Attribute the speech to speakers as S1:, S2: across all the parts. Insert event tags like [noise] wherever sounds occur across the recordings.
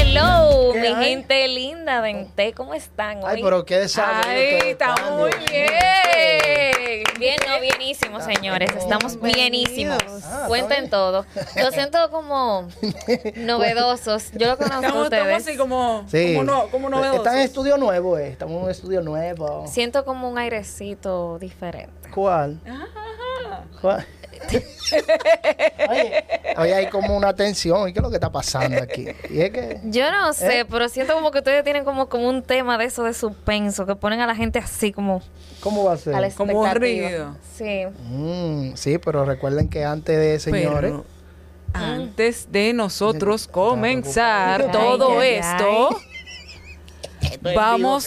S1: Hello,
S2: ¿Qué
S1: mi
S2: hay?
S1: gente linda, vente, ¿cómo están?
S2: Ay,
S1: hoy?
S2: pero qué desarrollo.
S3: Ay,
S2: todo,
S3: está
S2: Candy,
S3: muy
S2: Dios mío.
S3: bien.
S1: Bien, no, bienísimos, señores. Estamos bienísimos.
S2: Ah,
S1: Cuenten
S2: está
S1: todo. Yo siento
S2: [laughs]
S1: como novedosos. Yo lo conozco a
S3: Estamos, estamos
S1: ustedes.
S3: así como,
S2: Sí.
S3: como, no, como novedosos.
S2: Está en estudio nuevo, eh. Estamos en un estudio nuevo.
S1: Siento como un airecito diferente.
S2: ¿Cuál?
S3: [laughs]
S2: ¿Cuál? Oye, hoy hay como una tensión. ¿Y qué es lo que está pasando aquí? Y es que.
S1: Yo no sé,
S2: ¿Eh?
S1: pero siento como que ustedes tienen como, como un tema de eso de suspenso, que ponen a la gente así como
S2: ¿Cómo va a
S1: a la
S2: ser?
S3: Como
S1: expectativa.
S3: aburrido.
S1: Sí.
S2: Mm, sí, pero recuerden que antes de señores.
S3: Pero antes de nosotros
S2: Ya,
S3: comenzar
S1: ya,
S3: todo
S1: ya, ya.
S3: esto, vamos,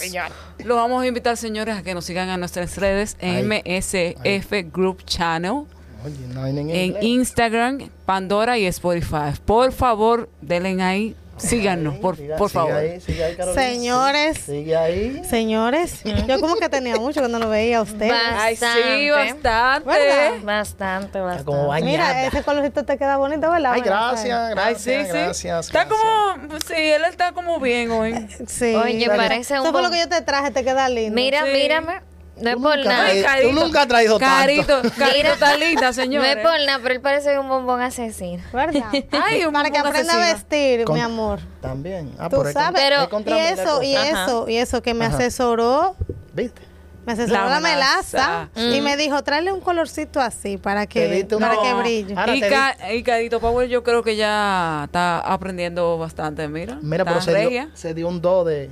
S3: los vamos a invitar, señores, a que nos sigan a nuestras redes
S2: Ay.
S3: MSF Group Channel.
S2: Oye, no hay ni en
S3: en
S2: inglés.
S3: Instagram, Pandora y Spotify. Por favor, denle ahí, síganos, por,
S2: Siga-
S3: por
S2: sigue
S3: favor.
S2: ahí, sigue ahí, Carolina.
S4: Señores.
S2: Sigue ahí.
S4: Señores, yo como que tenía mucho que no lo veía a ustedes.
S1: Va.
S3: Ay, sí, bastante.
S4: ¿Verdad?
S1: Bastante,
S2: ¿Eh? Está
S1: bastante.
S2: como bañada.
S4: Mira, ese colorcito te queda bonito, ¿verdad?
S2: Ay,
S4: Bueno,
S2: gracias, gracias.
S3: Ay, sí, sí.
S2: gracias,
S3: está
S2: gracias.
S3: como, sí, él está como bien hoy.
S4: está bien. Sí.
S1: Oye,
S4: Gracias.
S1: parece un
S4: Eso fue
S1: bon-
S4: lo que yo te traje, te queda lindo.
S1: Mira,
S3: Sí.
S1: mírame. No es
S2: Tú
S1: por
S2: nunca
S1: nada.
S2: has traído-
S3: Ay,
S2: Tú nunca has traído
S3: Carito,
S2: tanto.
S3: Carito
S1: Mira.
S3: está linda,
S1: No es
S3: señores.
S1: por nada, pero él parece un bombón asesino. [laughs]
S4: ¿verdad?
S3: Ay, un
S4: Para que
S3: bombón
S4: aprenda a
S3: asesino.
S4: vestir,
S2: Con-
S4: mi amor.
S2: También. Ah,
S4: Tú
S2: pero es con-
S4: sabes.
S1: Pero-
S2: es contra
S4: y
S2: mí la
S4: eso, y
S2: cosa.
S1: Ajá.
S4: eso, y eso, que me
S2: Ajá.
S4: asesoró,
S2: ¿Viste?
S4: me asesoró
S3: La
S4: la,
S3: melaza.
S4: melaza
S1: Mm.
S4: y me dijo, tráele un colorcito así para
S2: Te
S4: que,
S2: diste Ah. una-
S4: para que
S2: No.
S4: brille.
S2: Ahora
S3: y,
S2: te
S3: Ca- y Carito Power yo creo que ya está aprendiendo bastante, mira.
S2: Mira,
S3: está
S2: pero se
S3: regia.
S2: dio, se dio un do de.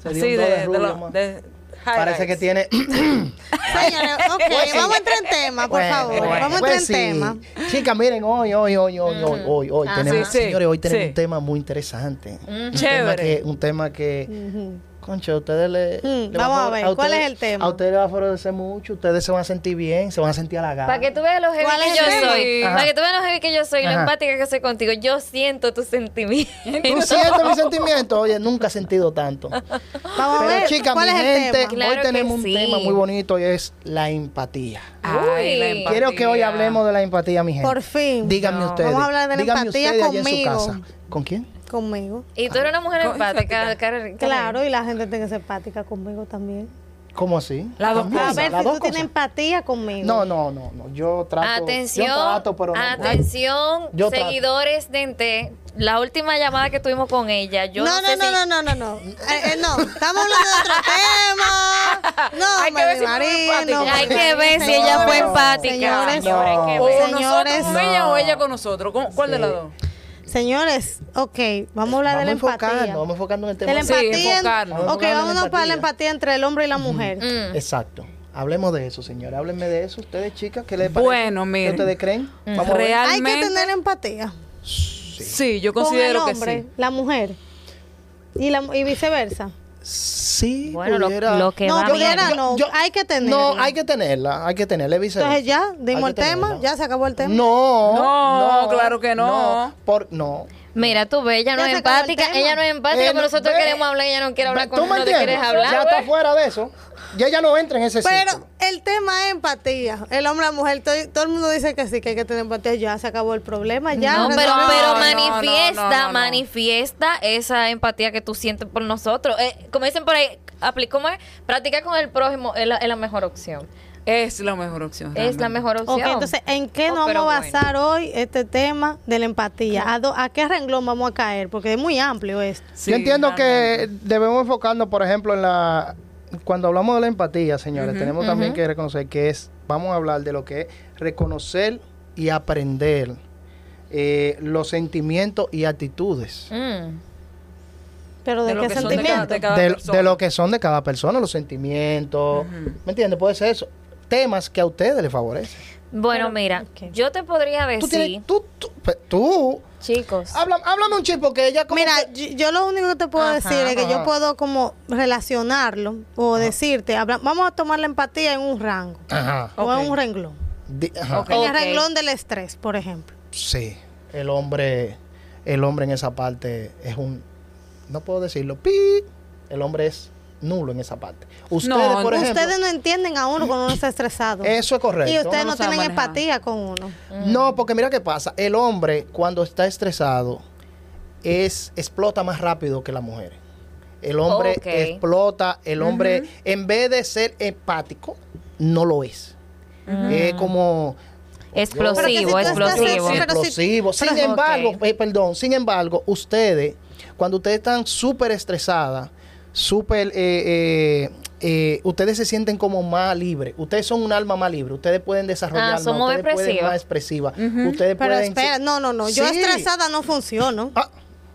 S2: Se dio
S3: Así
S2: un do
S3: de,
S2: de,
S3: de
S2: rubio,
S3: lo-
S2: ma.
S3: de
S2: Parece
S3: highlights.
S2: que tiene.
S4: Señores, ok, vamos a entrar en tema, por
S2: Pues Bueno,
S4: favor.
S2: bueno,
S4: vamos a entrar
S2: pues
S4: en
S2: sí.
S4: tema. Ah,
S2: Chicas, miren, hoy, hoy, hoy, hoy, hoy, hoy, hoy. Tenemos,
S3: Sí, sí,
S2: señores, hoy tenemos
S3: sí.
S2: un tema muy interesante. Un tema
S3: Chévere.
S2: que, un tema que
S4: Mm, Ujú.
S2: Concha, a ustedes le,
S4: Mm,
S2: le va
S4: vamos a
S2: favore-
S4: ver, ¿cuál
S2: ustedes-
S4: es el tema?
S2: A ustedes les va a favorecer mucho, ustedes se van a sentir bien, se van a sentir halagados.
S1: Para que tú veas lo heavy
S4: ¿Cuál
S1: que
S4: es
S1: yo
S4: el
S1: soy.
S2: tema?
S1: Para que tú veas lo heavy que yo soy, y lo
S2: Ajá.
S1: empática que soy contigo. Yo siento tus sentimientos. [laughs]
S2: ¿Tú sientes mis sentimientos? Oye, nunca he sentido tanto.
S4: Vamos a
S2: Pero
S4: ver,
S2: chicas, mi
S4: ¿cuál es el
S2: gente,
S4: tema?
S1: Claro
S2: hoy
S1: que
S2: tenemos un
S1: sí.
S2: tema muy bonito y es la empatía.
S3: Ay, la
S1: Uy.
S3: empatía.
S2: Quiero que hoy hablemos de la empatía, mi gente.
S4: Por fin.
S2: Díganme
S1: No.
S2: ustedes.
S4: Vamos a hablar de la
S2: díganme
S4: empatía
S2: ustedes allá en su
S4: conmigo.
S2: casa. ¿Con quién?
S4: Conmigo.
S1: Y tú eres una mujer
S3: Con-
S1: empática, Karen.
S4: Claro, y la gente tiene que ser empática conmigo también.
S2: ¿Cómo así?
S3: Las dos
S2: También,
S4: A
S3: cosas,
S4: ver
S2: las
S4: si
S2: dos
S4: tú tienes
S2: cosas.
S4: empatía conmigo.
S2: No, no, no, no. Yo trato.
S1: Atención,
S2: Yo trato, pero no.
S1: atención,
S2: Yo trato.
S1: seguidores de Ente. La última llamada que tuvimos con ella, yo no,
S4: no, no,
S1: sé
S4: no,
S1: si...
S4: no, no, no, no. Eh, eh, no, estamos hablando de otro
S2: [laughs]
S4: tema. No,
S3: Hay que ver si fue
S4: Mari,
S3: empática.
S4: no,
S1: Hay
S4: Mari,
S1: que ver si
S4: señores.
S1: ella fue empática.
S4: Señores,
S2: No.
S1: Hay que
S3: O
S1: ver.
S4: Señores.
S3: nosotros con ella o ella con nosotros. ¿Con- ¿Cuál de las dos?
S4: señores, ok, vamos a hablar
S2: Vamos
S4: de la
S2: enfocando,
S4: empatía.
S2: vamos enfocando en el
S4: De
S2: tema.
S4: la
S3: Sí,
S4: empatía.
S3: enfocarnos.
S4: ok,
S2: Vamos a hablar de la
S4: vámonos para la
S2: empatía.
S4: empatía entre el hombre y la mujer.
S1: Mm.
S2: Exacto. Hablemos de eso, señores. Háblenme de eso. Ustedes, chicas, ¿qué les parece?
S3: Bueno, miren.
S2: ¿Qué ustedes creen?
S1: Mm.
S2: Vamos a ver.
S4: Hay
S3: Realmente.
S4: que tener empatía
S3: Sí, yo
S4: con el
S3: considero que
S4: hombre,
S3: sí.
S4: la mujer y, la, y viceversa.
S2: Sí,
S1: Bueno, lo-
S2: pudiera.
S1: lo que
S4: No,
S1: va
S4: yo
S1: bien.
S4: era- no, hay que tenerla.
S2: No, hay que tenerla, hay que tenerla, es viceversa.
S4: Entonces ya, dimos
S2: Hay
S4: el
S2: que
S4: tema,
S2: tenerla.
S4: ya se acabó el tema.
S2: No,
S3: No, claro que no.
S2: No, por, no.
S1: Mira, tú ves, ella no
S4: Ya
S1: es
S4: se acabó el
S1: empática,
S4: tema.
S1: ella no es empática,
S2: Eh,
S1: pero nosotros
S2: ve-
S1: queremos hablar, ella no quiere hablar
S2: ¿Tú
S1: con
S2: me
S1: nosotros, quieres
S2: entiendes? Ya
S1: hablar.
S4: Pues,
S2: está fuera de eso. Ya ella no entra en ese
S4: Pero
S2: círculo.
S4: el tema es empatía. El hombre, la mujer, to- todo, el mundo dice que sí, que hay que tener empatía. Ya se acabó el problema, ya.
S1: No, pero,
S4: resolvimos.
S1: pero
S3: no, no,
S1: manifiesta,
S3: no, no, no.
S1: manifiesta esa empatía que tú sientes por nosotros. Eh, como dicen por ahí, aplico más, practicar con el prójimo es la, es la mejor opción.
S3: Es la mejor opción.
S1: Es la
S3: realmente.
S1: mejor
S4: Ok,
S1: opción.
S4: entonces, ¿en qué
S1: Oh,
S4: nos
S1: pero
S4: vamos a basar hoy este tema de la empatía? ¿A, do- a qué renglón vamos a caer? Porque es muy amplio esto.
S3: Sí,
S2: Yo entiendo
S3: realmente.
S2: que debemos enfocarnos, por ejemplo, en la. Cuando hablamos de la empatía, señores, tenemos también que reconocer que es. Vamos a hablar de lo que es reconocer y aprender eh, los sentimientos y actitudes.
S1: Mm.
S4: Pero
S3: De
S4: ¿de,
S3: lo
S4: qué
S3: que son de cada-
S4: sentimiento?
S3: de cada
S2: de,
S3: persona.
S2: de lo que son de cada persona, los sentimientos. ¿Me entiendes? Puede ser eso. Temas que a ustedes les favorecen.
S1: Bueno,
S4: Pero,
S1: mira,
S4: ok.
S1: yo te podría
S3: Eh,
S2: Tú
S1: decir,
S2: tienes. Tú. Tú. pe- tú
S1: chicos,
S4: Ah,
S2: háblame, háblame un chip porque ella como.
S4: Mira,
S2: que-
S4: yo, yo lo único que te puedo
S1: Ajá,
S4: decir es que
S2: ajá.
S4: yo puedo como relacionarlo o
S2: Ah.
S4: decirte, habla- vamos a tomar la empatía en un rango
S2: Ajá.
S4: o en
S3: Ok.
S4: un renglón.
S2: Di- ajá.
S3: Ok.
S4: En el
S1: Ok.
S4: renglón del estrés, por ejemplo.
S2: Sí. El hombre. El hombre en esa parte es un. No puedo decirlo. pi. El hombre es nulo en esa parte. Ustedes,
S3: No,
S2: por ejemplo.
S4: Ustedes no entienden a uno cuando uno está estresado.
S2: Eso es correcto.
S4: y ustedes
S3: No
S4: no,
S3: lo saben
S4: tienen
S3: manejar.
S4: empatía con uno.
S2: No, porque mira qué pasa. El hombre, cuando está estresado, es explota más rápido que las mujeres. El hombre
S1: Ok.
S2: explota, el hombre, en vez de ser empático, no lo es. Es como
S1: Explosivo,
S4: Pero que si tú estás
S1: explosivo.
S4: en- pero si-
S2: explosivo. Sin
S1: pero-
S2: embargo,
S1: Ok.
S2: eh, perdón, sin embargo, ustedes, cuando ustedes están súper estresadas, súper, eh, eh, eh, ustedes se sienten como más libres. Ustedes son un alma más libre. Ustedes pueden desarrollar
S1: Ah,
S2: más,
S1: somos
S2: ustedes pueden
S1: expresivas.
S2: más expresivas.
S3: Ujú.
S2: Ustedes
S4: Pero
S2: pueden...
S4: espera, no, no, no. Yo
S2: Sí.
S4: estresada no funciono.
S2: Ah,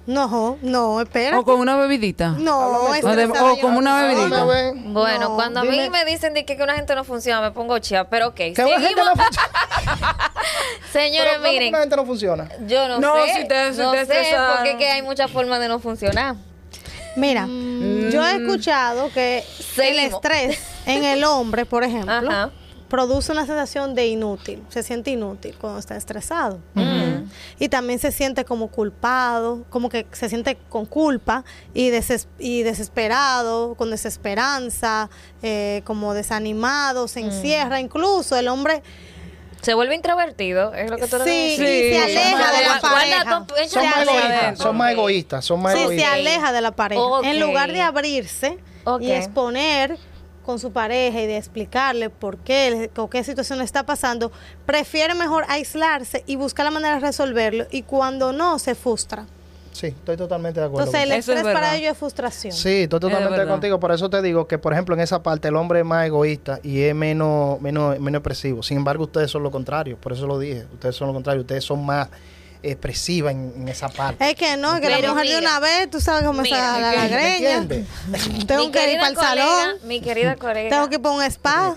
S4: No, no, espera.
S3: O con una bebidita.
S4: No,
S2: Háblame tú.
S4: estresada.
S3: O
S4: yo
S3: como
S4: no
S3: una
S4: funciono.
S3: bebidita.
S2: Ah, una vez.
S1: Bueno,
S4: No,
S1: cuando a mí
S2: dime-
S1: me dicen de que, que una gente no funciona, me pongo chía, pero ok.
S2: Que una gente
S1: seguimos.
S2: no
S4: [laughs]
S2: funciona. Pero
S1: Señores,
S2: ¿cómo que
S1: miren,
S2: una gente no funciona.
S1: yo no,
S3: No,
S1: sé,
S3: si te- si
S1: no
S3: te
S1: sé,
S3: estresaron.
S1: porque es que hay muchas formas de no funcionar.
S4: Mira, yo
S2: Mm.
S4: he escuchado que el
S1: Seguimos.
S4: estrés en el hombre, por ejemplo,
S1: Ajá.
S4: produce una sensación de inútil. Se siente inútil cuando está estresado. Y también se siente como culpado, como que se siente con culpa y, deses- y desesperado, con desesperanza, eh, como desanimado, se encierra. Incluso el hombre
S1: Se vuelve introvertido, es lo que tú
S4: Sí,
S1: decís.
S3: y se Sí.
S4: aleja de la
S1: Guarda- guarda
S4: pareja.
S1: tu- echa
S2: Son
S4: Se
S2: más
S1: para
S4: aleja.
S2: egoístas,
S1: adentro.
S2: son más
S1: Ok.
S2: egoístas, son más
S4: Sí, se
S2: egoístas.
S4: aleja de la pareja.
S1: Ok.
S4: En lugar de abrirse
S1: Ok.
S4: y exponer con su pareja y de explicarle por qué o qué situación le está pasando, prefiere mejor aislarse y buscar la manera de resolverlo y cuando no se frustra.
S2: Sí, estoy totalmente de acuerdo.
S4: Entonces el
S3: Eso es
S4: estrés para
S3: verdad.
S4: ellos es frustración.
S2: Sí, estoy totalmente
S3: verdad.
S2: contigo. Por eso te digo que, por ejemplo, en esa parte el hombre es más egoísta y es menos, menos, menos expresivo. Sin embargo, ustedes son lo contrario. Por eso lo dije. Ustedes son lo contrario. Ustedes son más expresivas en, en esa parte.
S4: Es que no, que la
S1: Pero
S4: mujer de
S1: mira,
S4: una vez, tú sabes cómo
S1: mira,
S4: está la, la
S2: ¿Me
S4: greña.
S2: entiendes?
S4: Tengo
S1: Mi
S4: que ir
S1: querida
S4: para el
S1: colega,
S4: salón,
S1: Mi
S4: [laughs]
S1: querida colega.
S4: tengo que ir para un spa.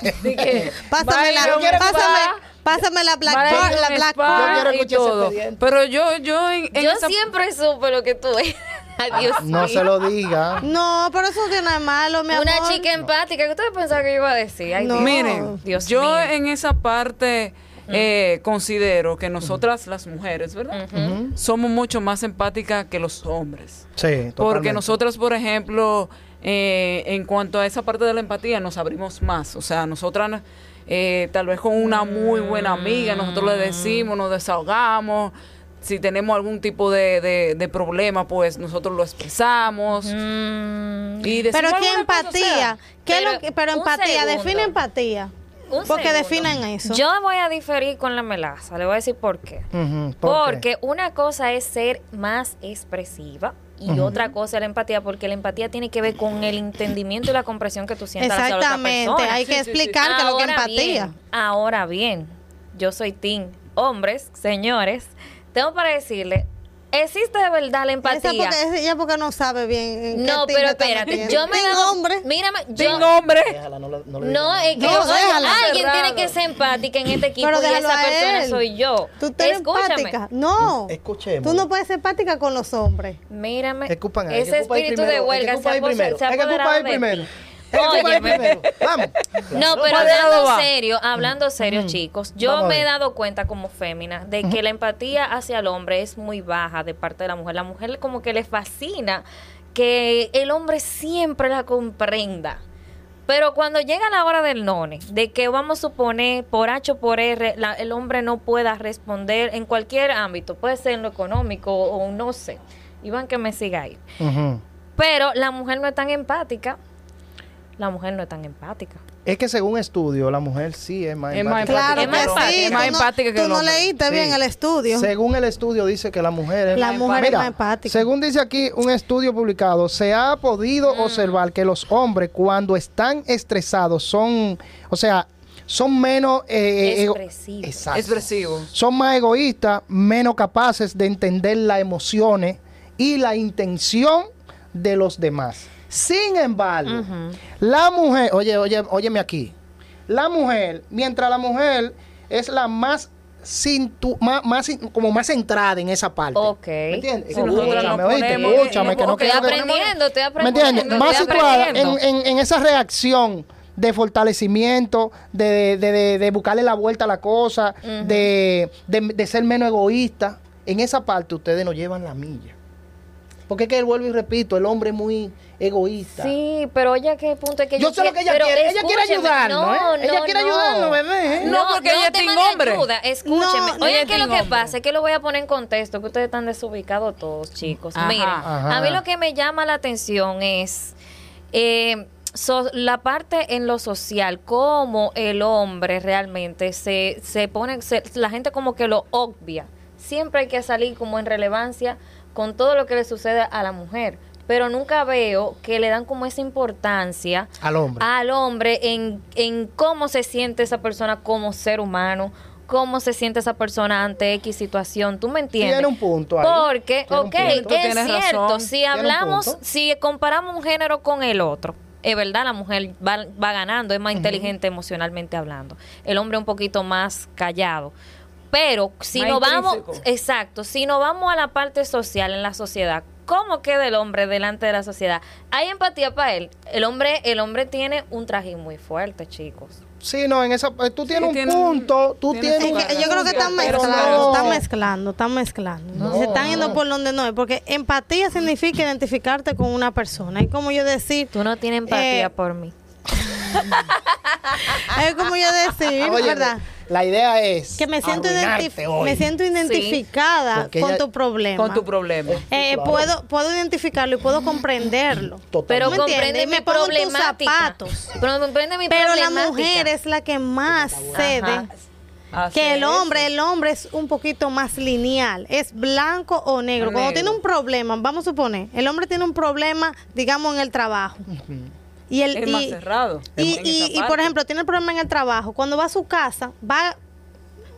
S3: que-
S4: Pásame
S3: Vale, yo
S4: la,
S3: quiero
S4: pásame,
S3: spa.
S4: pásame la black,
S3: Vale,
S4: la
S3: un
S4: black
S3: spa
S2: Yo quiero
S3: y
S2: escuchar ese
S3: todo.
S2: expediente.
S3: Pero yo, yo en, en
S1: Yo
S3: esa-
S1: siempre supe lo que tú eres. [laughs]
S4: Ah,
S1: Adiós.
S2: No se lo diga.
S4: No, pero eso no tiene nada de malo, mi
S1: Una
S4: amor.
S1: chica empática. ¿Qué ustedes pensaban que yo iba a decir? Ay,
S4: No.
S1: Dios.
S3: Miren,
S1: Dios
S3: yo
S1: mío.
S3: en esa parte
S2: Mm.
S3: eh, considero que nosotras las mujeres, ¿verdad? Somos mucho más empáticas que los hombres.
S2: Sí, totalmente.
S3: Porque nosotras, por ejemplo, eh, en cuanto a esa parte de la empatía, nos abrimos más. O sea, nosotras, eh, tal vez con una muy buena amiga, nosotros le decimos, nos desahogamos. Si tenemos algún tipo de, de- de problema, pues nosotros lo expresamos.
S1: Mm,
S3: Y
S4: Pero
S3: decimos
S4: qué
S3: alguna cosa, o sea,
S4: empatía. ¿Qué es lo
S1: pero
S4: que- pero
S1: un
S4: empatía,
S1: segundo.
S4: define empatía.
S1: un
S4: Porque
S1: segundo.
S4: definan eso.
S1: Yo voy a diferir con la melaza. Le voy a decir por qué.
S2: Ujú, ¿por
S1: Porque
S2: qué?
S1: una cosa es ser más expresiva y otra cosa es la empatía, porque la empatía tiene que ver con el entendimiento y la comprensión que tú sientes hacia la otra
S4: Exactamente,
S1: persona.
S4: hay que
S3: Sí, sí, sí.
S4: explicar que lo que
S1: Ahora
S4: empatía.
S1: bien, ahora bien, yo soy team. Hombres, señores, tengo para decirle, ¿existe de verdad la
S4: Esa
S1: empatía?
S4: porque, esa- ella porque no sabe bien. en qué
S1: no,
S4: tinta
S1: pero
S4: está
S1: espérate,
S4: metiendo.
S1: yo me
S4: Tin
S1: daba-
S4: hombre.
S1: Mírame, yo,
S3: Sin hombre.
S2: Déjala, no, la- no le digas
S1: no,
S2: nada.
S1: es que
S4: No,
S1: yo soy-
S4: déjala.
S1: alguien tiene
S3: Cerrado.
S1: que ser empática en este equipo
S4: Pero
S1: y
S4: déjalo
S1: esa
S4: a
S1: persona
S4: él.
S1: soy yo.
S4: Tú eres
S1: Escúchame.
S4: empática. No.
S2: Escuchemos.
S4: Tú no puedes ser empática con los hombres.
S1: Mírame,
S2: Escupan ahí,
S1: ese
S2: que ocupa ahí
S1: espíritu
S2: primero,
S1: de
S2: el que
S1: huelga se
S2: ocupa
S1: ha
S2: ahí primero,
S1: apoderado- se ha
S2: el que ocupa ahí
S1: apoderado de
S2: primero.
S1: él.
S2: el que ocupa ahí
S1: Óyeme.
S2: primero. Vamos.
S1: No, pero
S3: Moderado
S1: hablando
S3: va.
S1: serio, hablando serio, chicos, yo
S2: Vamos a
S1: me he
S2: ver.
S1: dado cuenta como fémina de que la empatía hacia el hombre es muy baja de parte de la mujer. La mujer como que le fascina que el hombre siempre la comprenda. Pero cuando llega la hora del none, de que vamos a suponer por H o por R, la- el hombre no pueda responder en cualquier ámbito, puede ser en lo económico o no sé. Iván, que me siga ahí.
S2: Ujú.
S1: Pero la mujer no es tan empática. La mujer no es tan empática.
S2: Es que según estudio, la mujer sí es más
S3: Es más
S2: empática.
S4: Claro
S1: es más
S4: que sí.
S1: empática. Es
S4: tú
S1: más
S4: no-
S3: empática que
S4: Tú
S3: el
S4: no
S3: hombre.
S4: leíste bien
S2: Sí.
S4: el estudio.
S2: Según el estudio dice que la mujer es
S4: La
S2: más
S4: mujer es
S2: empática.
S4: más empática.
S2: Según dice aquí un estudio publicado, se ha podido observar que los hombres cuando están estresados son, o sea, son menos eh, eh, ego-
S1: Expresivos.
S2: Exacto.
S3: Expresivo.
S2: Son más egoístas, menos capaces de entender las emociones y la intención de los demás. Sin embargo, la mujer, oye, oye, óyeme aquí. La mujer, mientras la mujer es la más cintu- ma- más, in- como más centrada en esa parte.
S1: Ok.
S2: ¿Me entiendes?
S3: Si nosotros
S2: Escúchame,
S3: nos
S2: oíste,
S3: ponemos-
S2: escúchame, que no
S1: Ok,
S2: quiero que-
S1: aprendiendo, estoy
S2: ¿Me
S1: aprendiendo.
S2: entiendes?
S1: estoy
S2: Más situada en,
S1: aprendiendo.
S2: en- en esa reacción de fortalecimiento, de, de- de- de buscarle la vuelta a la cosa, de, de- de ser menos egoísta. En esa parte ustedes nos llevan la milla. Porque es que él vuelve y repito, el hombre es muy egoísta.
S1: Sí, pero oye, ¿a ¿qué punto es que
S2: Yo sé lo que ella
S1: pero
S2: quiere, ella quiere
S1: escúcheme,
S2: ayudarnos, ¿eh? Ella quiere ayudarnos, bebé, ¿eh?
S3: No, porque ella es
S1: tema
S3: team
S1: de
S3: hombre.
S1: ayuda, Escúcheme.
S4: No,
S1: oye,
S3: ella es
S1: ¿qué es lo
S3: team
S1: que
S3: hombre.
S1: pasa? Es que lo voy a poner en contexto, que ustedes están desubicados todos, chicos.
S3: Ajá.
S1: Miren,
S2: Ajá.
S1: a mí lo que me llama la atención es eh, so- la parte en lo social, cómo el hombre realmente se, se pone, se- la gente como que lo obvia. Siempre hay que salir como en relevancia con todo lo que le sucede a la mujer. Pero nunca veo que le dan como esa importancia
S2: Al hombre.
S1: al hombre en, en cómo se siente esa persona como ser humano, cómo se siente esa persona ante X situación. ¿Tú me entiendes?
S2: Tiene un punto ahí.
S1: Porque,
S2: Tiene un
S1: ok,
S2: punto.
S3: Tú
S1: es
S3: tienes
S1: cierto,
S3: razón.
S1: si
S2: Tiene un
S1: hablamos,
S2: punto.
S1: si comparamos un género con el otro, es verdad, la mujer va, va ganando, es más inteligente emocionalmente hablando. El hombre un poquito más callado. Pero si
S3: Más
S1: no vamos,
S3: intrínseco.
S1: exacto, si no vamos a la parte social en la sociedad, ¿cómo queda el hombre delante de la sociedad? Hay empatía para él. El hombre, el hombre tiene un traje muy fuerte, chicos.
S2: Sí, no, en esa eh, tú tienes un
S3: tiene-
S2: punto, tú
S3: tiene
S2: tienes
S3: su
S2: un
S4: Es que yo creo que están
S3: Pero
S4: mezclando,
S2: no.
S4: están mezclando, están mezclando.
S2: No,
S4: Se están
S2: no.
S4: yendo por donde no es, porque empatía significa identificarte con una persona. Es como yo decir,
S1: Tú no tienes empatía
S4: Eh,
S1: por mí.
S4: es como yo decir,
S2: Ah, [laughs] Oye,
S4: ¿verdad?
S2: La idea es
S4: Que me siento,
S2: arruinarte
S4: identif-
S2: hoy.
S4: me siento identificada
S2: Porque
S4: con
S2: ella-
S4: tu problema.
S3: Con tu problema.
S4: Eh,
S2: Claro.
S4: puedo, puedo identificarlo y puedo comprenderlo.
S1: Pero
S2: Totalmente.
S4: ¿Me entiendes?
S1: comprende
S4: Y me
S1: mi
S4: pongo en tus
S1: problemática.
S4: zapatos.
S1: Pero comprende mi
S4: Pero la
S1: problemática.
S4: mujer es la que más cede.
S1: Ajá.
S3: Hacer
S4: Que el
S3: eso.
S4: hombre, el hombre es un poquito más lineal, es blanco o negro.
S3: O
S4: Cuando
S3: negro.
S4: tiene un problema, vamos a suponer, el hombre tiene un problema, digamos, en el trabajo. Y el
S3: Es
S4: y,
S3: más cerrado.
S4: y,
S3: en
S4: y-
S3: esa
S4: y, por
S3: parte.
S4: ejemplo, tiene el problema en el trabajo. Cuando va a su casa, va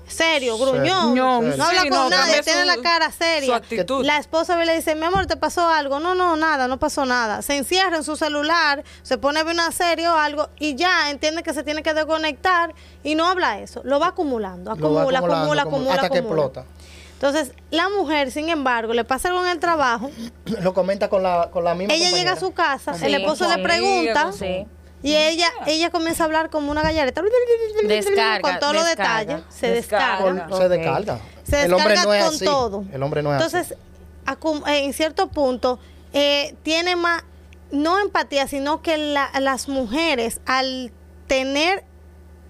S4: serio, gruñón, no,
S3: Gruñón,
S4: habla
S3: sí,
S4: con
S3: no,
S4: nadie,
S3: cambia
S4: tiene
S3: su-
S4: la cara seria.
S3: su actitud.
S4: La esposa ve y le dice, mi amor, ¿te pasó algo? No, no, nada, no pasó nada. Se encierra en su celular, se pone a ver una serie o algo y ya entiende que se tiene que desconectar y no habla eso. Lo va acumulando,
S2: Lo va
S4: acumula, acumula, acumula, acumula.
S2: hasta que explota.
S4: Entonces, la mujer, sin embargo, le pasa algo en el trabajo,
S2: Lo comenta con la, con la misma
S4: ella llega a su
S2: compañera.
S4: casa,
S1: Sí,
S4: el esposo
S1: con su
S4: le
S3: amiga,
S4: pregunta
S3: con su-
S1: Sí.
S4: y ella ella comienza a hablar como una gallareta
S1: Descarga,
S4: con todos los
S1: descarga.
S4: detalles, se
S3: Descarga.
S4: descarga.
S2: Con- se
S1: Ok.
S2: descarga.
S4: se
S2: el hombre
S4: descarga
S2: no es
S4: con
S2: así.
S4: todo.
S2: El hombre no es así.
S4: Entonces, acu- eh, en cierto punto, eh, tiene más, no empatía, sino que la- las mujeres, al tener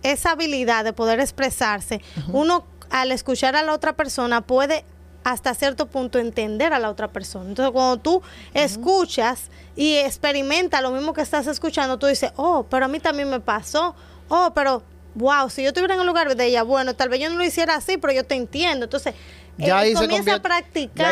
S4: esa habilidad de poder expresarse, uno al escuchar a la otra persona puede hasta cierto punto entender a la otra persona. Entonces, cuando tú escuchas y experimenta lo mismo que estás escuchando, tú dices, oh, pero a mí también me pasó, oh, pero, wow, si yo estuviera en el lugar de ella, bueno, tal vez yo no lo hiciera así, pero yo te entiendo. Entonces,
S2: Ya
S4: eh,
S2: ahí se convierte-
S4: comienza a
S2: ya ahí se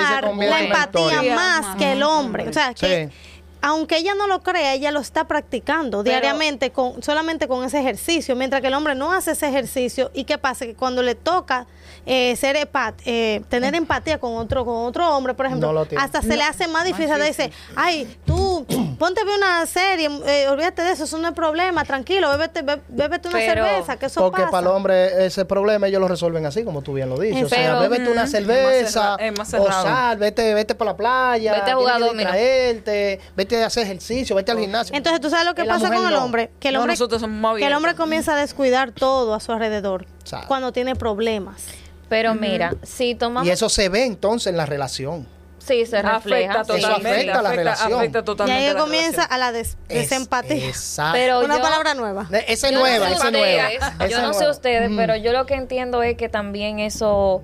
S4: practicar
S2: convierte
S4: la
S2: en
S4: empatía
S3: historia.
S4: más que el hombre. O sea, que
S2: Sí.
S4: aunque ella no lo crea, ella lo está practicando
S3: Pero-
S4: diariamente con solamente con ese ejercicio, mientras que el hombre no hace ese ejercicio y qué pasa que cuando le toca eh, ser epa- eh, tener empatía con otro con otro hombre, por ejemplo,
S2: Mm. No lo tiene.
S4: hasta se le hace más difícil de decir, ay,
S2: [clears throat]
S4: tú ponte a ver una serie, eh, olvídate de eso, eso no es problema, tranquilo, bébete, be- bébete una
S1: Pero-
S4: cerveza, que eso
S2: Porque
S4: pasa.
S2: para el hombre ese problema ellos lo resuelven así, como tú bien lo dices. O sea,
S1: Pero-
S2: bébete una
S3: Ujú.
S2: cerveza,
S3: Es más
S2: o
S3: cerrado.
S2: sal, vete, vete para la playa,
S1: Vete a jugar
S2: tienes que
S1: dominó.
S2: distraerte, vete a hacer ejercicio, vete al gimnasio.
S4: Entonces, ¿tú sabes lo que
S2: Y la
S4: pasa
S2: mujer
S4: con el
S2: no.
S4: hombre? Que el
S3: No,
S4: hombre,
S3: nosotros somos más
S4: que el hombre
S3: abiertos.
S4: comienza a descuidar todo a su alrededor
S2: Exacto.
S4: cuando tiene problemas.
S1: Pero mira, si tomamos...
S2: Y eso se ve entonces en la relación.
S1: Sí, se refleja.
S3: Afecta
S1: sí.
S3: totalmente.
S2: afecta la relación.
S3: Afecta
S4: Y
S3: totalmente
S4: ahí
S3: la
S4: comienza
S3: relación.
S4: a la des-
S2: Es-
S4: desempatía.
S2: Exacto.
S1: Pero
S4: Una
S1: yo-
S4: palabra nueva.
S2: Ne- Esa es
S1: Yo no
S2: nueva,
S1: sé
S2: esa es nueva.
S1: ustedes,
S2: esa
S1: Yo
S2: es
S1: no sé
S2: nueva.
S1: ustedes, pero yo lo que entiendo es que también eso...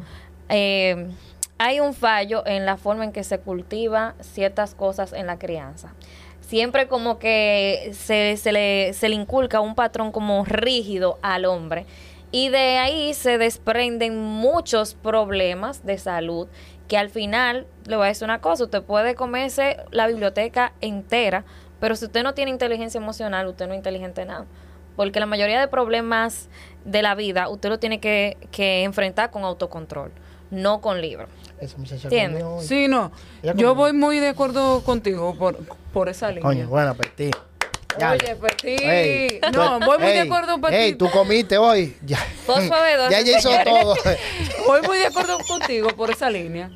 S1: eh, hay un fallo en la forma en que se cultiva ciertas cosas en la crianza. Siempre como que se, se le, se le inculca un patrón como rígido al hombre. Y de ahí se desprenden muchos problemas de salud que al final, le voy a decir una cosa, usted puede comerse la biblioteca entera, pero si usted no tiene inteligencia emocional, usted no es inteligente en nada. Porque la mayoría de problemas de la vida usted lo tiene que, que enfrentar con autocontrol, no con libro.
S2: Esa muchacha
S1: ¿Entiendes?
S2: comió hoy.
S3: Sí, no.
S2: Ella
S3: Yo
S2: comió.
S3: voy muy de acuerdo contigo por, por esa línea.
S2: Coño, bueno, Petit. Ya.
S3: Oye, Petit.
S2: Ey,
S3: no,
S2: tú-
S3: voy muy de
S2: ey,
S3: acuerdo, Petit.
S2: Ey, tú comiste hoy. Ya,
S1: Fosfo B12,
S2: ya ella hizo
S1: señores.
S3: [laughs]
S2: todo.
S3: Voy muy de acuerdo contigo por esa línea,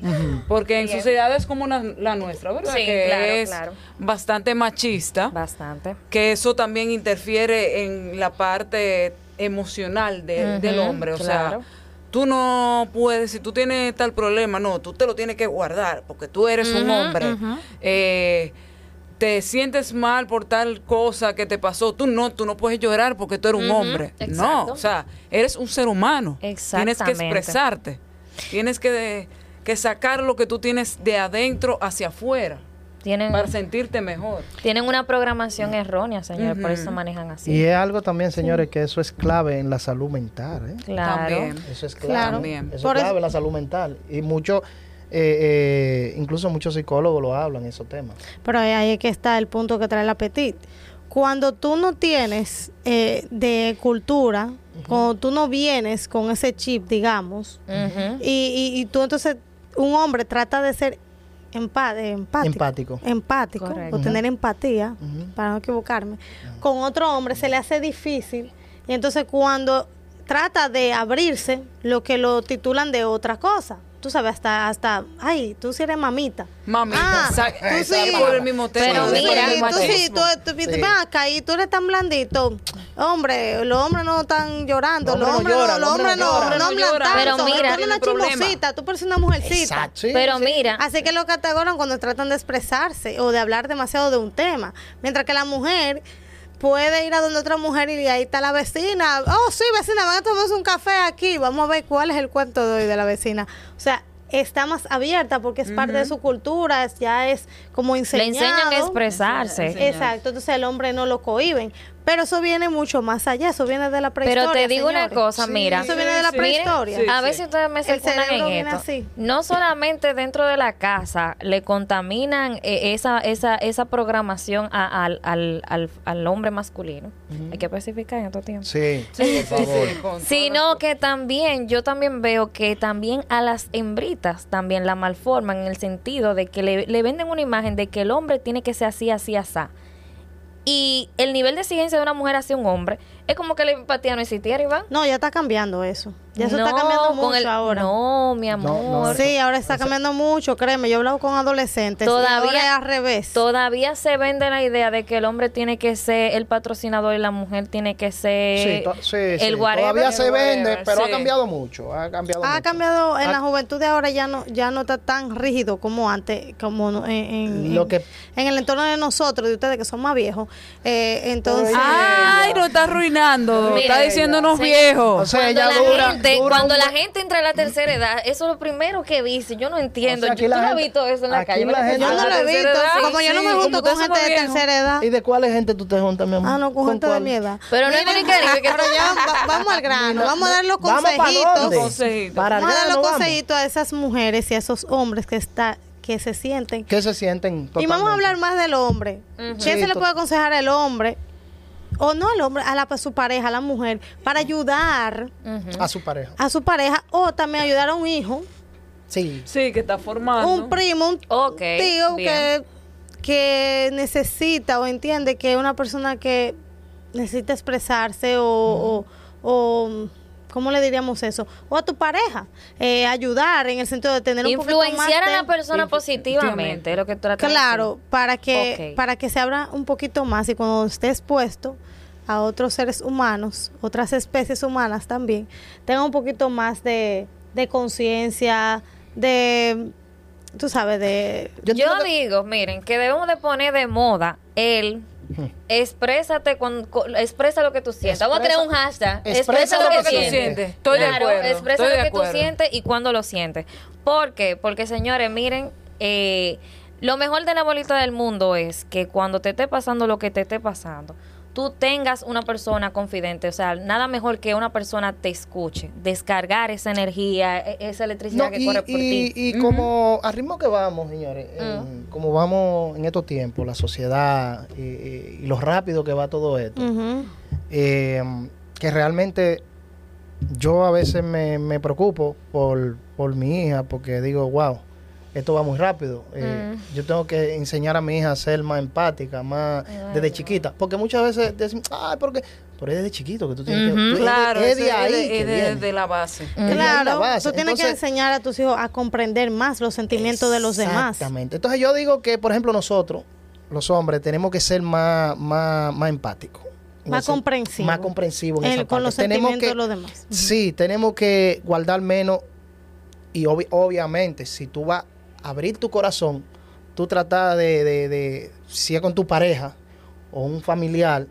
S3: porque en sociedades como una- la nuestra, ¿verdad?
S1: Sí,
S3: que
S1: claro,
S3: es
S1: claro.
S3: bastante machista,
S1: Bastante.
S3: que eso también interfiere en la parte emocional de-
S1: Ujú,
S3: del hombre, o
S1: claro.
S3: sea, tú no puedes, si tú tienes tal problema, no, tú te lo tienes que guardar porque tú eres un
S1: Ujú,
S3: hombre.
S1: ujú.
S3: Eh, te sientes mal por tal cosa que te pasó, tú no, tú no puedes llorar porque tú eres un
S1: Ujú,
S3: hombre. No,
S1: exacto.
S3: o sea, eres un ser humano. Tienes que
S1: Exactamente.
S3: expresarte. Tienes que, de- que sacar lo que tú tienes de adentro hacia afuera
S1: Tienen,
S3: para sentirte mejor.
S1: tienen una programación errónea, señor, por eso
S3: Ujú.
S1: manejan así.
S2: Y es algo también, señores, que eso es clave en la salud mental. ¿eh?
S1: Claro.
S3: También.
S2: Eso es clave.
S4: Claro.
S2: También. Eso
S4: Por
S2: es
S4: eso-
S2: clave en la salud mental. Y mucho, eh, eh, incluso muchos psicólogos lo hablan, esos temas.
S4: Pero ahí, ahí es que está el punto que trae el apetito. Cuando tú no tienes eh, de cultura, cuando tú no vienes con ese chip, digamos,
S1: Ujú.
S4: y, y- y tú entonces, un hombre trata de ser empa- eh, empático.
S2: Empático.
S4: empático,
S1: Correcto.
S4: o tener empatía,
S2: Ujú.
S4: para no equivocarme, con otro hombre se le hace difícil y entonces cuando trata de abrirse, lo que lo titulan de otra cosa. Tú sabes, hasta, hasta, ay, tú sí eres mamita.
S3: Mami,
S4: Ah,
S3: sa-
S4: tú sí.
S3: por el mismo tema.
S1: Pero
S3: de-
S1: mira,
S3: del
S4: tú sí,
S3: machismo.
S4: tú, tú, tú-
S2: Sí.
S4: ven acá y tú eres tan blandito. Hombre, los hombres no están llorando,
S2: Los
S4: los
S2: hombres
S4: hombres
S2: no
S4: no,
S2: lloran,
S4: los hombres no,
S3: hombres no
S4: no hablan
S3: lloran.
S1: Pero
S4: tanto. Pero
S1: mira.
S4: tú eres una
S3: Tiene problema.
S4: chismosita, tú pareces una mujercita.
S2: Sí,
S1: Pero
S2: sí.
S1: mira,
S4: Así que lo catalogan cuando tratan de expresarse o de hablar demasiado de un tema. Mientras que la mujer puede ir a donde otra mujer y ahí está la vecina. Oh, sí, vecina, van a tomarse un café aquí. Vamos a ver cuál es el cuento de hoy de la vecina. O sea, está más abierta porque es parte de su cultura, es- ya es como
S1: le
S4: enseñado.
S1: enseñan a expresarse.
S3: enseñar.
S4: Exacto, entonces el hombre no lo cohiben. Pero eso viene mucho más allá, eso viene de la prehistoria.
S1: Pero te digo una
S4: señores.
S1: cosa, mira.
S4: Eso viene de la
S3: Sí,
S4: prehistoria.
S3: sí.
S1: a ver si ustedes me
S4: El
S1: secundan en
S4: cerebro viene
S1: esto.
S4: así.
S1: No solamente dentro de la casa le contaminan eh, esa, esa, esa programación a- al, al, al, al hombre masculino. Hay que especificar en otro tiempo.
S2: Sí,
S3: Sí,
S2: por favor.
S3: sí, sí, con todas
S1: Sino que también, yo también veo que también a las hembritas también la malforman en el sentido de que le, le venden una imagen de que el hombre tiene que ser así, así, así. Y el nivel de exigencia de una mujer hacia un hombre es como que la empatía no existiera, Iván.
S4: No, ya está cambiando eso. Ya eso
S1: No,
S4: está cambiando
S1: con
S4: mucho
S1: el-
S4: ahora.
S1: No, mi amor.
S2: No, no.
S4: Sí, ahora está cambiando mucho, créeme. Yo he hablado con adolescentes. y
S1: Todavía-
S4: ahora es al revés.
S1: Todavía se vende la idea de que el hombre tiene que ser el patrocinador y la mujer tiene que ser
S4: Eh,
S2: Sí, to- sí, sí.
S1: el whatever.
S2: Todavía se
S3: El
S2: vende,
S3: whatever,
S2: pero ha
S3: sí.
S2: cambiado mucho. Ha cambiado
S4: ha
S2: mucho.
S4: cambiado en
S2: Ha-
S1: Ah.
S4: la juventud de ahora ya no ya no está tan rígido como antes como no- en, en-
S2: Lo
S4: en-
S2: que-
S4: en el entorno de nosotros de ustedes que son más viejos eh, entonces
S3: Ay, no está arruinando.
S1: Mira,
S3: está diciéndonos
S1: sí.
S2: O
S3: viejos.
S2: sea,
S1: Cuando,
S2: ella
S1: la,
S2: dura.
S1: gente,
S2: dura
S1: cuando
S2: un-
S1: la gente entra a la tercera edad, eso es lo primero que dice. Yo no entiendo.
S2: O sea, aquí
S1: Yo-
S2: la
S1: ¿Tú no has
S2: gente-
S1: visto eso en la
S2: aquí
S1: calle?
S2: la
S1: ¿verdad?
S2: gente-
S4: yo no
S2: a
S4: lo
S2: la
S4: he
S3: tercera
S4: visto
S3: edad,
S4: como yo no
S3: sí,
S4: me
S3: como
S4: junto con
S3: ustedes
S4: gente de
S3: somos viejos.
S4: tercera edad
S2: ¿Y de cuáles gente tú te juntas, mi amor?
S4: ah no con gente de mi edad
S1: Pero no es
S4: Mira,
S1: que ni que diga que-
S4: pero ya va- vamos al grano vamos a dar los
S2: ¿Vamos para
S4: consejitos
S2: dónde?
S3: Consejitos.
S2: Para
S4: vamos a dar
S2: allá
S4: los
S2: no vamos.
S4: consejitos a esas mujeres y a esos hombres que está que se sienten
S2: ¿Qué se sienten?
S4: Y vamos a
S2: totalmente?
S4: hablar más del hombre. ¿Qué
S2: Sí,
S4: se le
S2: to-
S4: puede aconsejar al hombre? O no al hombre, a, la, a su pareja, a la mujer, para ayudar
S2: a su pareja.
S4: a su pareja o también ayudar a un hijo,
S2: Sí.
S3: Sí, que está formando.
S4: un primo, un
S1: Ah, Ok,
S4: tío
S1: bien.
S4: que, que necesita o entiende que es una persona que necesita expresarse o, o- o, ¿cómo le diríamos eso? O a tu pareja, eh, ayudar en el sentido de tener un poquito más
S1: Influenciar a
S4: de-
S1: la persona
S3: Influ-
S1: positivamente, es lo que trata de
S4: Claro, para que
S1: Ok.
S4: para que se abra un poquito más y cuando esté expuesto a otros seres humanos, otras especies humanas también, tenga un poquito más de, de conciencia, de, tú sabes, de...
S1: Yo,
S2: entiendo que-
S1: digo, miren, que debemos de poner de moda el exprésate cuando expresa lo que tú sientes. Vamos a crear un hashtag. Expresa, lo, que, tú sientes.
S3: Estoy de
S1: Claro,
S3: acuerdo,
S1: Expresa
S3: estoy
S1: lo
S3: de
S1: que
S3: acuerdo.
S1: tú sientes y cuándo lo sientes. ¿Por qué? Porque señores, miren, eh, lo mejor de la bolita del mundo es que cuando te esté pasando lo que te esté pasando, tú tengas una persona confidente. O sea, nada mejor que una persona te escuche, descargar esa energía, e- esa electricidad
S2: No,
S1: que
S2: y,
S1: corre por
S2: y-
S1: ti.
S2: y como al ritmo que vamos, señores,
S4: Ah.
S2: en- como vamos en estos tiempos, la sociedad eh, eh, y lo rápido que va todo esto,
S4: Ujú.
S2: eh, que realmente yo a veces me, me preocupo por, por mi hija, porque digo, wow, esto va muy rápido. Eh,
S4: Mm.
S2: Yo tengo que enseñar a mi hija a ser más empática, más desde chiquita, porque muchas veces decimos, ay, porque, pero es desde chiquito que tú tienes que...
S1: Ujú.
S2: tú- es de-
S3: Claro,
S2: es
S3: eso
S2: de ahí. que
S3: es de-
S2: viene.
S3: de la base.
S4: Mm.
S2: Ella es la
S4: Claro,
S2: base.
S4: tú tienes que
S2: Entonces-
S4: enseñar a tus hijos a comprender más los sentimientos de los demás.
S2: Exactamente. Entonces yo digo que, por ejemplo, nosotros, los hombres, tenemos que ser más, más, más empáticos. en
S4: Más
S2: ese-
S4: comprensivo.
S2: Más comprensivo en
S4: El-
S2: esa
S4: con
S2: parte.
S4: los
S2: tenemos
S4: sentimientos
S2: que,
S4: de los demás.
S2: Sí, tenemos que guardar menos y obvi- obviamente si tú vas a abrir tu corazón, tú tratas de, de- de- si es con tu pareja o un familiar,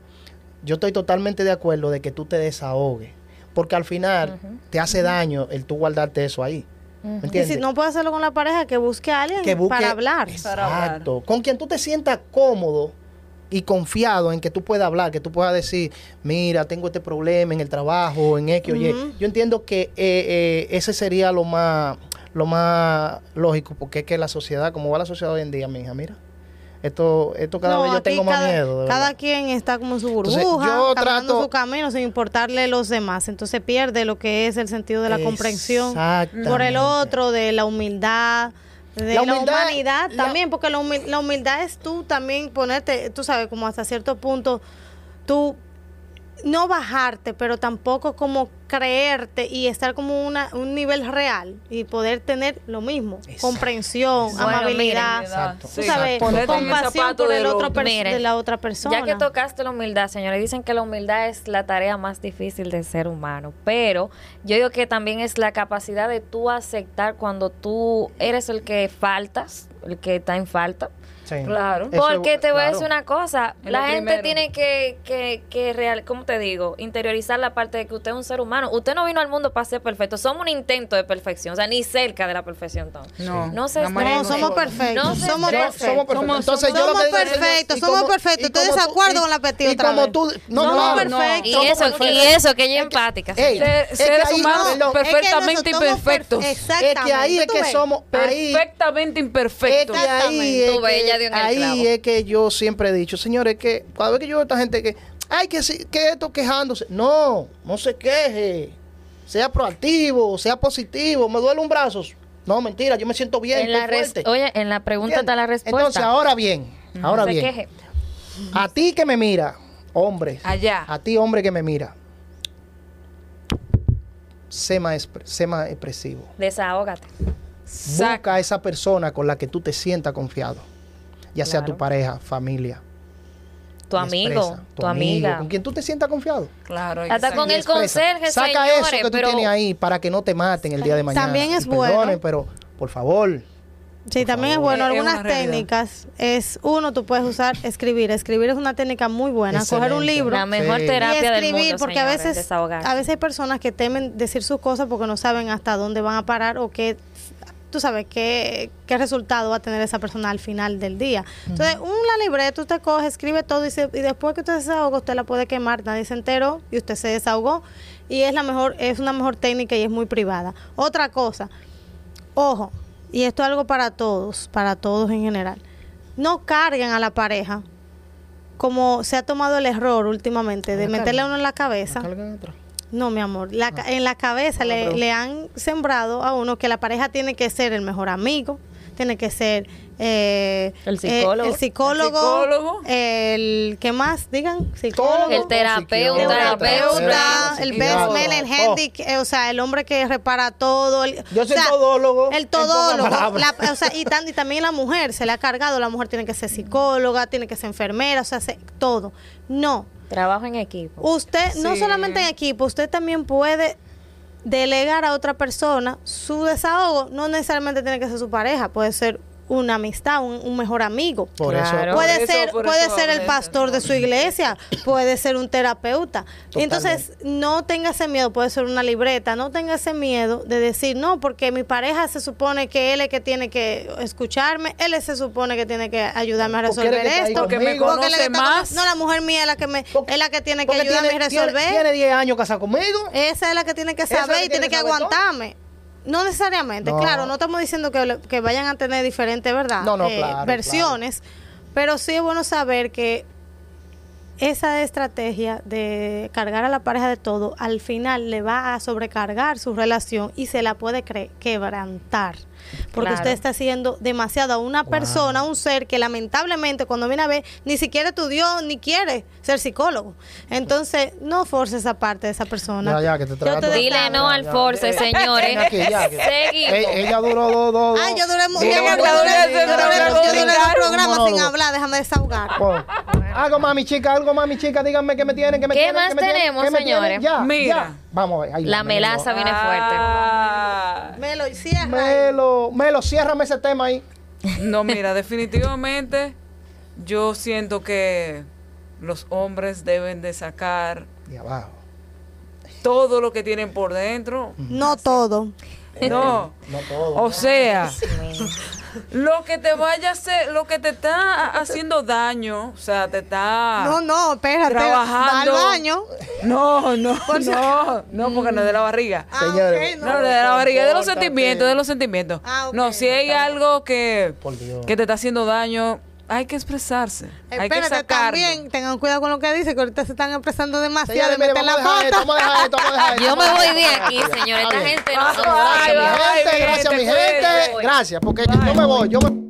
S2: yo estoy totalmente de acuerdo de que tú te desahogues, porque al final te hace daño el tú guardarte eso ahí. ¿Me
S4: Y
S2: entiendes?
S4: si no puede hacerlo con la pareja, que busque a alguien
S2: que busque-
S4: para hablar.
S3: Para
S2: Exacto. Con quien tú te sientas cómodo y confiado en que tú puedas hablar, que tú puedas decir, mira, tengo este problema en el trabajo, en X o Y.
S4: Ujú.
S2: Yo entiendo que eh, eh, ese sería lo más, lo más lógico, porque es que la sociedad, como va la sociedad hoy en día, mija, mira, esto, esto cada
S4: No,
S2: vez yo
S4: aquí
S2: tengo más
S4: cada-
S2: miedo. de
S4: Cada
S2: verdad.
S4: quien está como en su
S2: Entonces,
S4: burbuja,
S2: yo
S4: caminando
S2: trato-
S4: su camino sin importarle los demás. Entonces pierde lo que es el sentido de la comprensión por el
S2: Exactamente.
S4: otro, de la humildad,
S2: La
S4: de la,
S2: humildad-
S4: humanidad
S2: la-
S4: también, porque la, humi- la humildad es tú también ponerte, tú sabes, como hasta cierto punto, tú no bajarte, pero tampoco como creerte y estar como una, un nivel real y poder tener lo mismo,
S2: Exacto.
S4: comprensión,
S1: Bueno, miren,
S4: amabilidad,
S2: Exacto.
S4: tú
S2: Sí.
S4: sabes,
S2: Exacto. Ponerte en el
S4: compasión por el otro pers-
S1: Miren,
S4: de la otra persona.
S1: Ya que tocaste la humildad, señores, dicen que la humildad es la tarea más difícil del ser humano, pero yo digo que también es la capacidad de tú aceptar cuando tú eres el que faltas, el que está en falta.
S2: Sí.
S3: Claro.
S2: Eso es-
S1: Porque te voy a
S2: claro.
S1: decir una cosa,
S3: Es
S1: la
S3: lo
S1: gente
S3: primero.
S1: tiene que, que, que real, ¿cómo te digo? Interiorizar la parte de que usted es un ser humano. Usted no vino al mundo para ser perfecto, somos un intento de perfección, o sea, ni cerca de la perfección. Tom.
S3: No,
S1: No se
S3: la
S1: estresen.
S3: mayoría
S4: no,
S3: de
S4: somos
S3: nosotros.
S4: perfectos.
S1: No se
S4: somos
S1: estresen.
S4: perfectos.
S2: Somos perfectos.
S3: Somos-
S2: Entonces, yo
S4: somos
S2: lo que digo es-
S4: perfectos,
S2: y
S4: somos
S2: como-
S4: perfectos.
S2: y
S4: Estoy de
S2: como tú-
S4: desacuerdo
S2: y-
S4: con la Petit
S2: Y
S4: otra
S2: como
S4: vez.
S2: tú. No,
S4: Somos
S2: claro.
S4: perfectos.
S1: Y
S2: Somos
S1: eso, y
S2: perfectos.
S1: eso, que ella es empática.
S2: Ey,
S3: Ser-
S2: es que
S3: seres
S2: ahí-
S3: humanos
S2: perdón,
S4: Es que
S3: perfectamente
S4: nosotros somos per-
S2: Es
S3: imperfectos.
S2: que ahí
S4: Exactamente,
S2: es
S4: ¿tú
S2: que
S4: ves?
S2: somos. Ahí,
S3: Perfectamente
S2: Es que
S3: imperfectos.
S2: ahí es
S1: Tú ves,
S2: que-
S1: ella dio en el
S2: ahí
S1: clavo.
S2: es que yo siempre he dicho, señores, que cada vez que yo veo a esta gente que, ay, que, sí- que esto quejándose, no, no se queje, sea proactivo, sea positivo, me duele un brazo, no, mentira, yo me siento bien,
S1: en la
S2: estoy
S1: res-
S2: fuerte.
S1: Oye, en la pregunta está la
S2: ¿Entiendes?
S1: respuesta.
S2: Entonces, ahora bien, ahora
S1: No se
S2: bien,
S1: queje.
S2: a ti que me mira, hombre,
S3: Allá.
S2: a ti hombre que me mira, sé más, expre- sé más expresivo.
S1: Desahógate.
S3: Saca.
S2: Busca a esa persona con la que tú te sientas confiado. Ya sea tu
S1: Claro.
S2: pareja, familia.
S1: Tu
S2: y
S1: amigo,
S2: expresa,
S1: tu amigo,
S2: Con quien tú te sientas confiado.
S3: Claro. hay que
S1: Hasta
S3: sacar.
S1: con
S2: Y
S1: el
S2: expresa.
S1: conserje,
S2: Saca
S1: señores,
S2: eso que tú
S1: pero
S2: tienes ahí para que no te maten el día de mañana.
S4: También es
S2: Y perdonen,
S4: bueno.
S2: pero por favor.
S4: Sí, también es
S2: favor.
S4: bueno.
S3: Es- es
S4: Algunas
S3: una realidad.
S4: técnicas es uno, tú puedes usar escribir. Escribir es una técnica muy buena. Coger un
S2: Excelente.
S4: libro
S1: la mejor
S2: Sí.
S4: y
S1: terapia del
S4: escribir,
S1: mundo,
S4: porque
S1: señores,
S4: a veces
S1: desahogarse.
S4: a veces hay personas que temen decir sus cosas porque no saben hasta dónde van a parar o qué, tú sabes qué, qué resultado va a tener esa persona al final del día. Entonces, una libreta usted coge, escribe todo y, se- y después que usted se desahoga, usted la puede quemar, nadie se enteró y usted se desahogó y es la mejor, es una mejor técnica y es muy privada. Otra cosa, ojo, y esto es algo para todos, para todos en general. No carguen a la pareja como se ha tomado el error últimamente de
S2: La
S4: meterle a
S2: carga.
S4: uno en la cabeza.
S2: Cargan atrás.
S4: No, mi amor, la ca- en la cabeza le, le han sembrado a uno que la pareja tiene que ser el mejor amigo, tiene que ser eh,
S1: El
S4: eh,
S1: psicólogo.
S4: el psicólogo,
S3: El psicólogo.
S4: el ¿qué más? Digan, psicólogo,
S1: El terapeuta,
S4: el
S1: psiquiatra,
S4: terapeuta,
S1: psiquiatra,
S4: el
S2: psiquiatra,
S4: bestman, el
S2: todo.
S4: handic, eh, o sea, el hombre que repara todo. El,
S2: Yo
S4: o
S2: soy
S4: sea,
S2: todólogo, en
S4: El
S2: pocas
S4: todólogo.
S2: palabras.
S4: la- o sea, y, tan- y también la mujer se le ha cargado, la mujer tiene que ser psicóloga, tiene que ser enfermera, o sea, se- todo. No,
S1: Trabajo en equipo.
S4: Usted, no
S3: Sí.
S4: solamente en equipo, usted también puede delegar a otra persona su desahogo. No necesariamente tiene que ser su pareja, puede ser una amistad, un, un mejor amigo.
S2: Por
S1: Claro.
S2: eso.
S4: Puede
S3: eso,
S4: ser,
S3: por
S4: puede
S3: eso
S4: ser el
S3: hablé,
S4: pastor de su iglesia, puede ser un terapeuta. Entonces, no tenga ese miedo, puede ser una libreta, no tenga ese miedo de decir, no, porque mi pareja se supone que él es que tiene que escucharme, él se supone que tiene que ayudarme a
S2: Porque él es
S4: resolver
S2: que está ahí
S4: esto.
S2: Porque
S3: me conmigo.
S4: él es que está con-
S3: más.
S4: No, la mujer mía es la que, me,
S2: Porque-
S4: es la que tiene que
S2: Porque
S4: ayudarme
S2: tiene-
S4: a resolver. Eh,
S2: Tiene tiene 10 años casado conmigo.
S4: Esa es la que tiene que
S2: Esa es la
S4: saber
S2: que
S4: y tiene
S2: tiene
S4: que
S2: que saber todo.
S4: aguantarme. No necesariamente,
S2: No.
S4: claro, no estamos diciendo que, lo- que vayan a tener diferentes, ¿verdad? Eh,
S2: No, no, claro,
S4: versiones, pero sí es bueno saber que esa estrategia de cargar a la pareja de todo, al final le va a sobrecargar su relación y se la puede cre- quebrantar. Porque
S1: Claro.
S4: usted está haciendo demasiado a una persona, a un ser que lamentablemente cuando viene a ver ni siquiera estudió ni quiere ser psicólogo. Entonces, no force esa parte de esa persona.
S2: Ya, ya, que te
S4: Yo
S2: trata-
S4: desabro.
S1: Dile no al force, señores.
S2: Ven aquí, ya, [laughs] que-
S1: Seguimos.
S2: Ey, Eh, Ella duró dos, dos.
S4: Ah, yo duré, mu-
S2: dos-
S4: yo
S3: Dile
S4: duré-
S3: que
S4: yo
S3: te
S4: duré-
S3: voy a hacer
S4: yo duré-
S3: programa
S4: yo duré el
S3: con
S4: programa sin
S2: monólogo.
S4: hablar, déjame desahogar.
S2: Bueno, Oh. Algo más, mi chica, algo más, mi chica. Díganme que me tienen, que me
S1: ¿Qué
S2: tienen.
S1: más
S2: que me tienen,
S1: tenemos,
S2: que me tienen.
S1: señores?
S2: Ya,
S3: Mira.
S2: ya. Vamos a ver. Ay,
S1: La
S2: Dios mío.
S1: melaza viene fuerte.
S3: Ah.
S4: Melo, y cierra.
S2: Melo, Melo, ciérrame ese tema ahí.
S3: No, mira, definitivamente yo siento que los hombres deben de sacar
S2: De abajo.
S3: todo lo que tienen por dentro.
S4: No todo.
S3: No.
S2: No todo.
S3: O sea,
S1: mío.
S3: lo que te vaya a hacer, lo que te está haciendo daño, o sea, te está
S4: No, no, espérate. Va al
S3: Ah. trabajando.
S4: baño.
S3: No, no, no, no, porque no es de la barriga.
S4: Ah,
S2: Señores.
S4: ok,
S3: No, de la barriga, de los
S2: Compórtate.
S3: sentimientos, de los sentimientos.
S4: Ah, ok.
S3: No, si hay algo que,
S2: Por Dios.
S3: que te está haciendo daño, hay que expresarse. hay que
S4: Espérate,
S3: sacarlo.
S4: también tengan cuidado con lo que dice, que ahorita se están expresando demasiado.
S2: Señores,
S4: y
S2: mire,
S4: meten
S2: vamos a
S4: la
S2: dejar esto,
S4: pata.
S2: vamos a dejar esto, vamos a dejar esto.
S1: Yo me
S2: vamos a
S1: voy de
S2: dejar
S1: aquí,
S2: esto. Ya,
S1: señores.
S2: está
S1: Esta
S2: bien.
S1: gente no
S3: Ay,
S1: son
S2: Gracias,
S3: ay,
S2: mi
S3: ay,
S2: gente,
S3: mi
S2: gracias, mi
S3: gente.
S2: gente. Gracias, porque yo me voy, yo me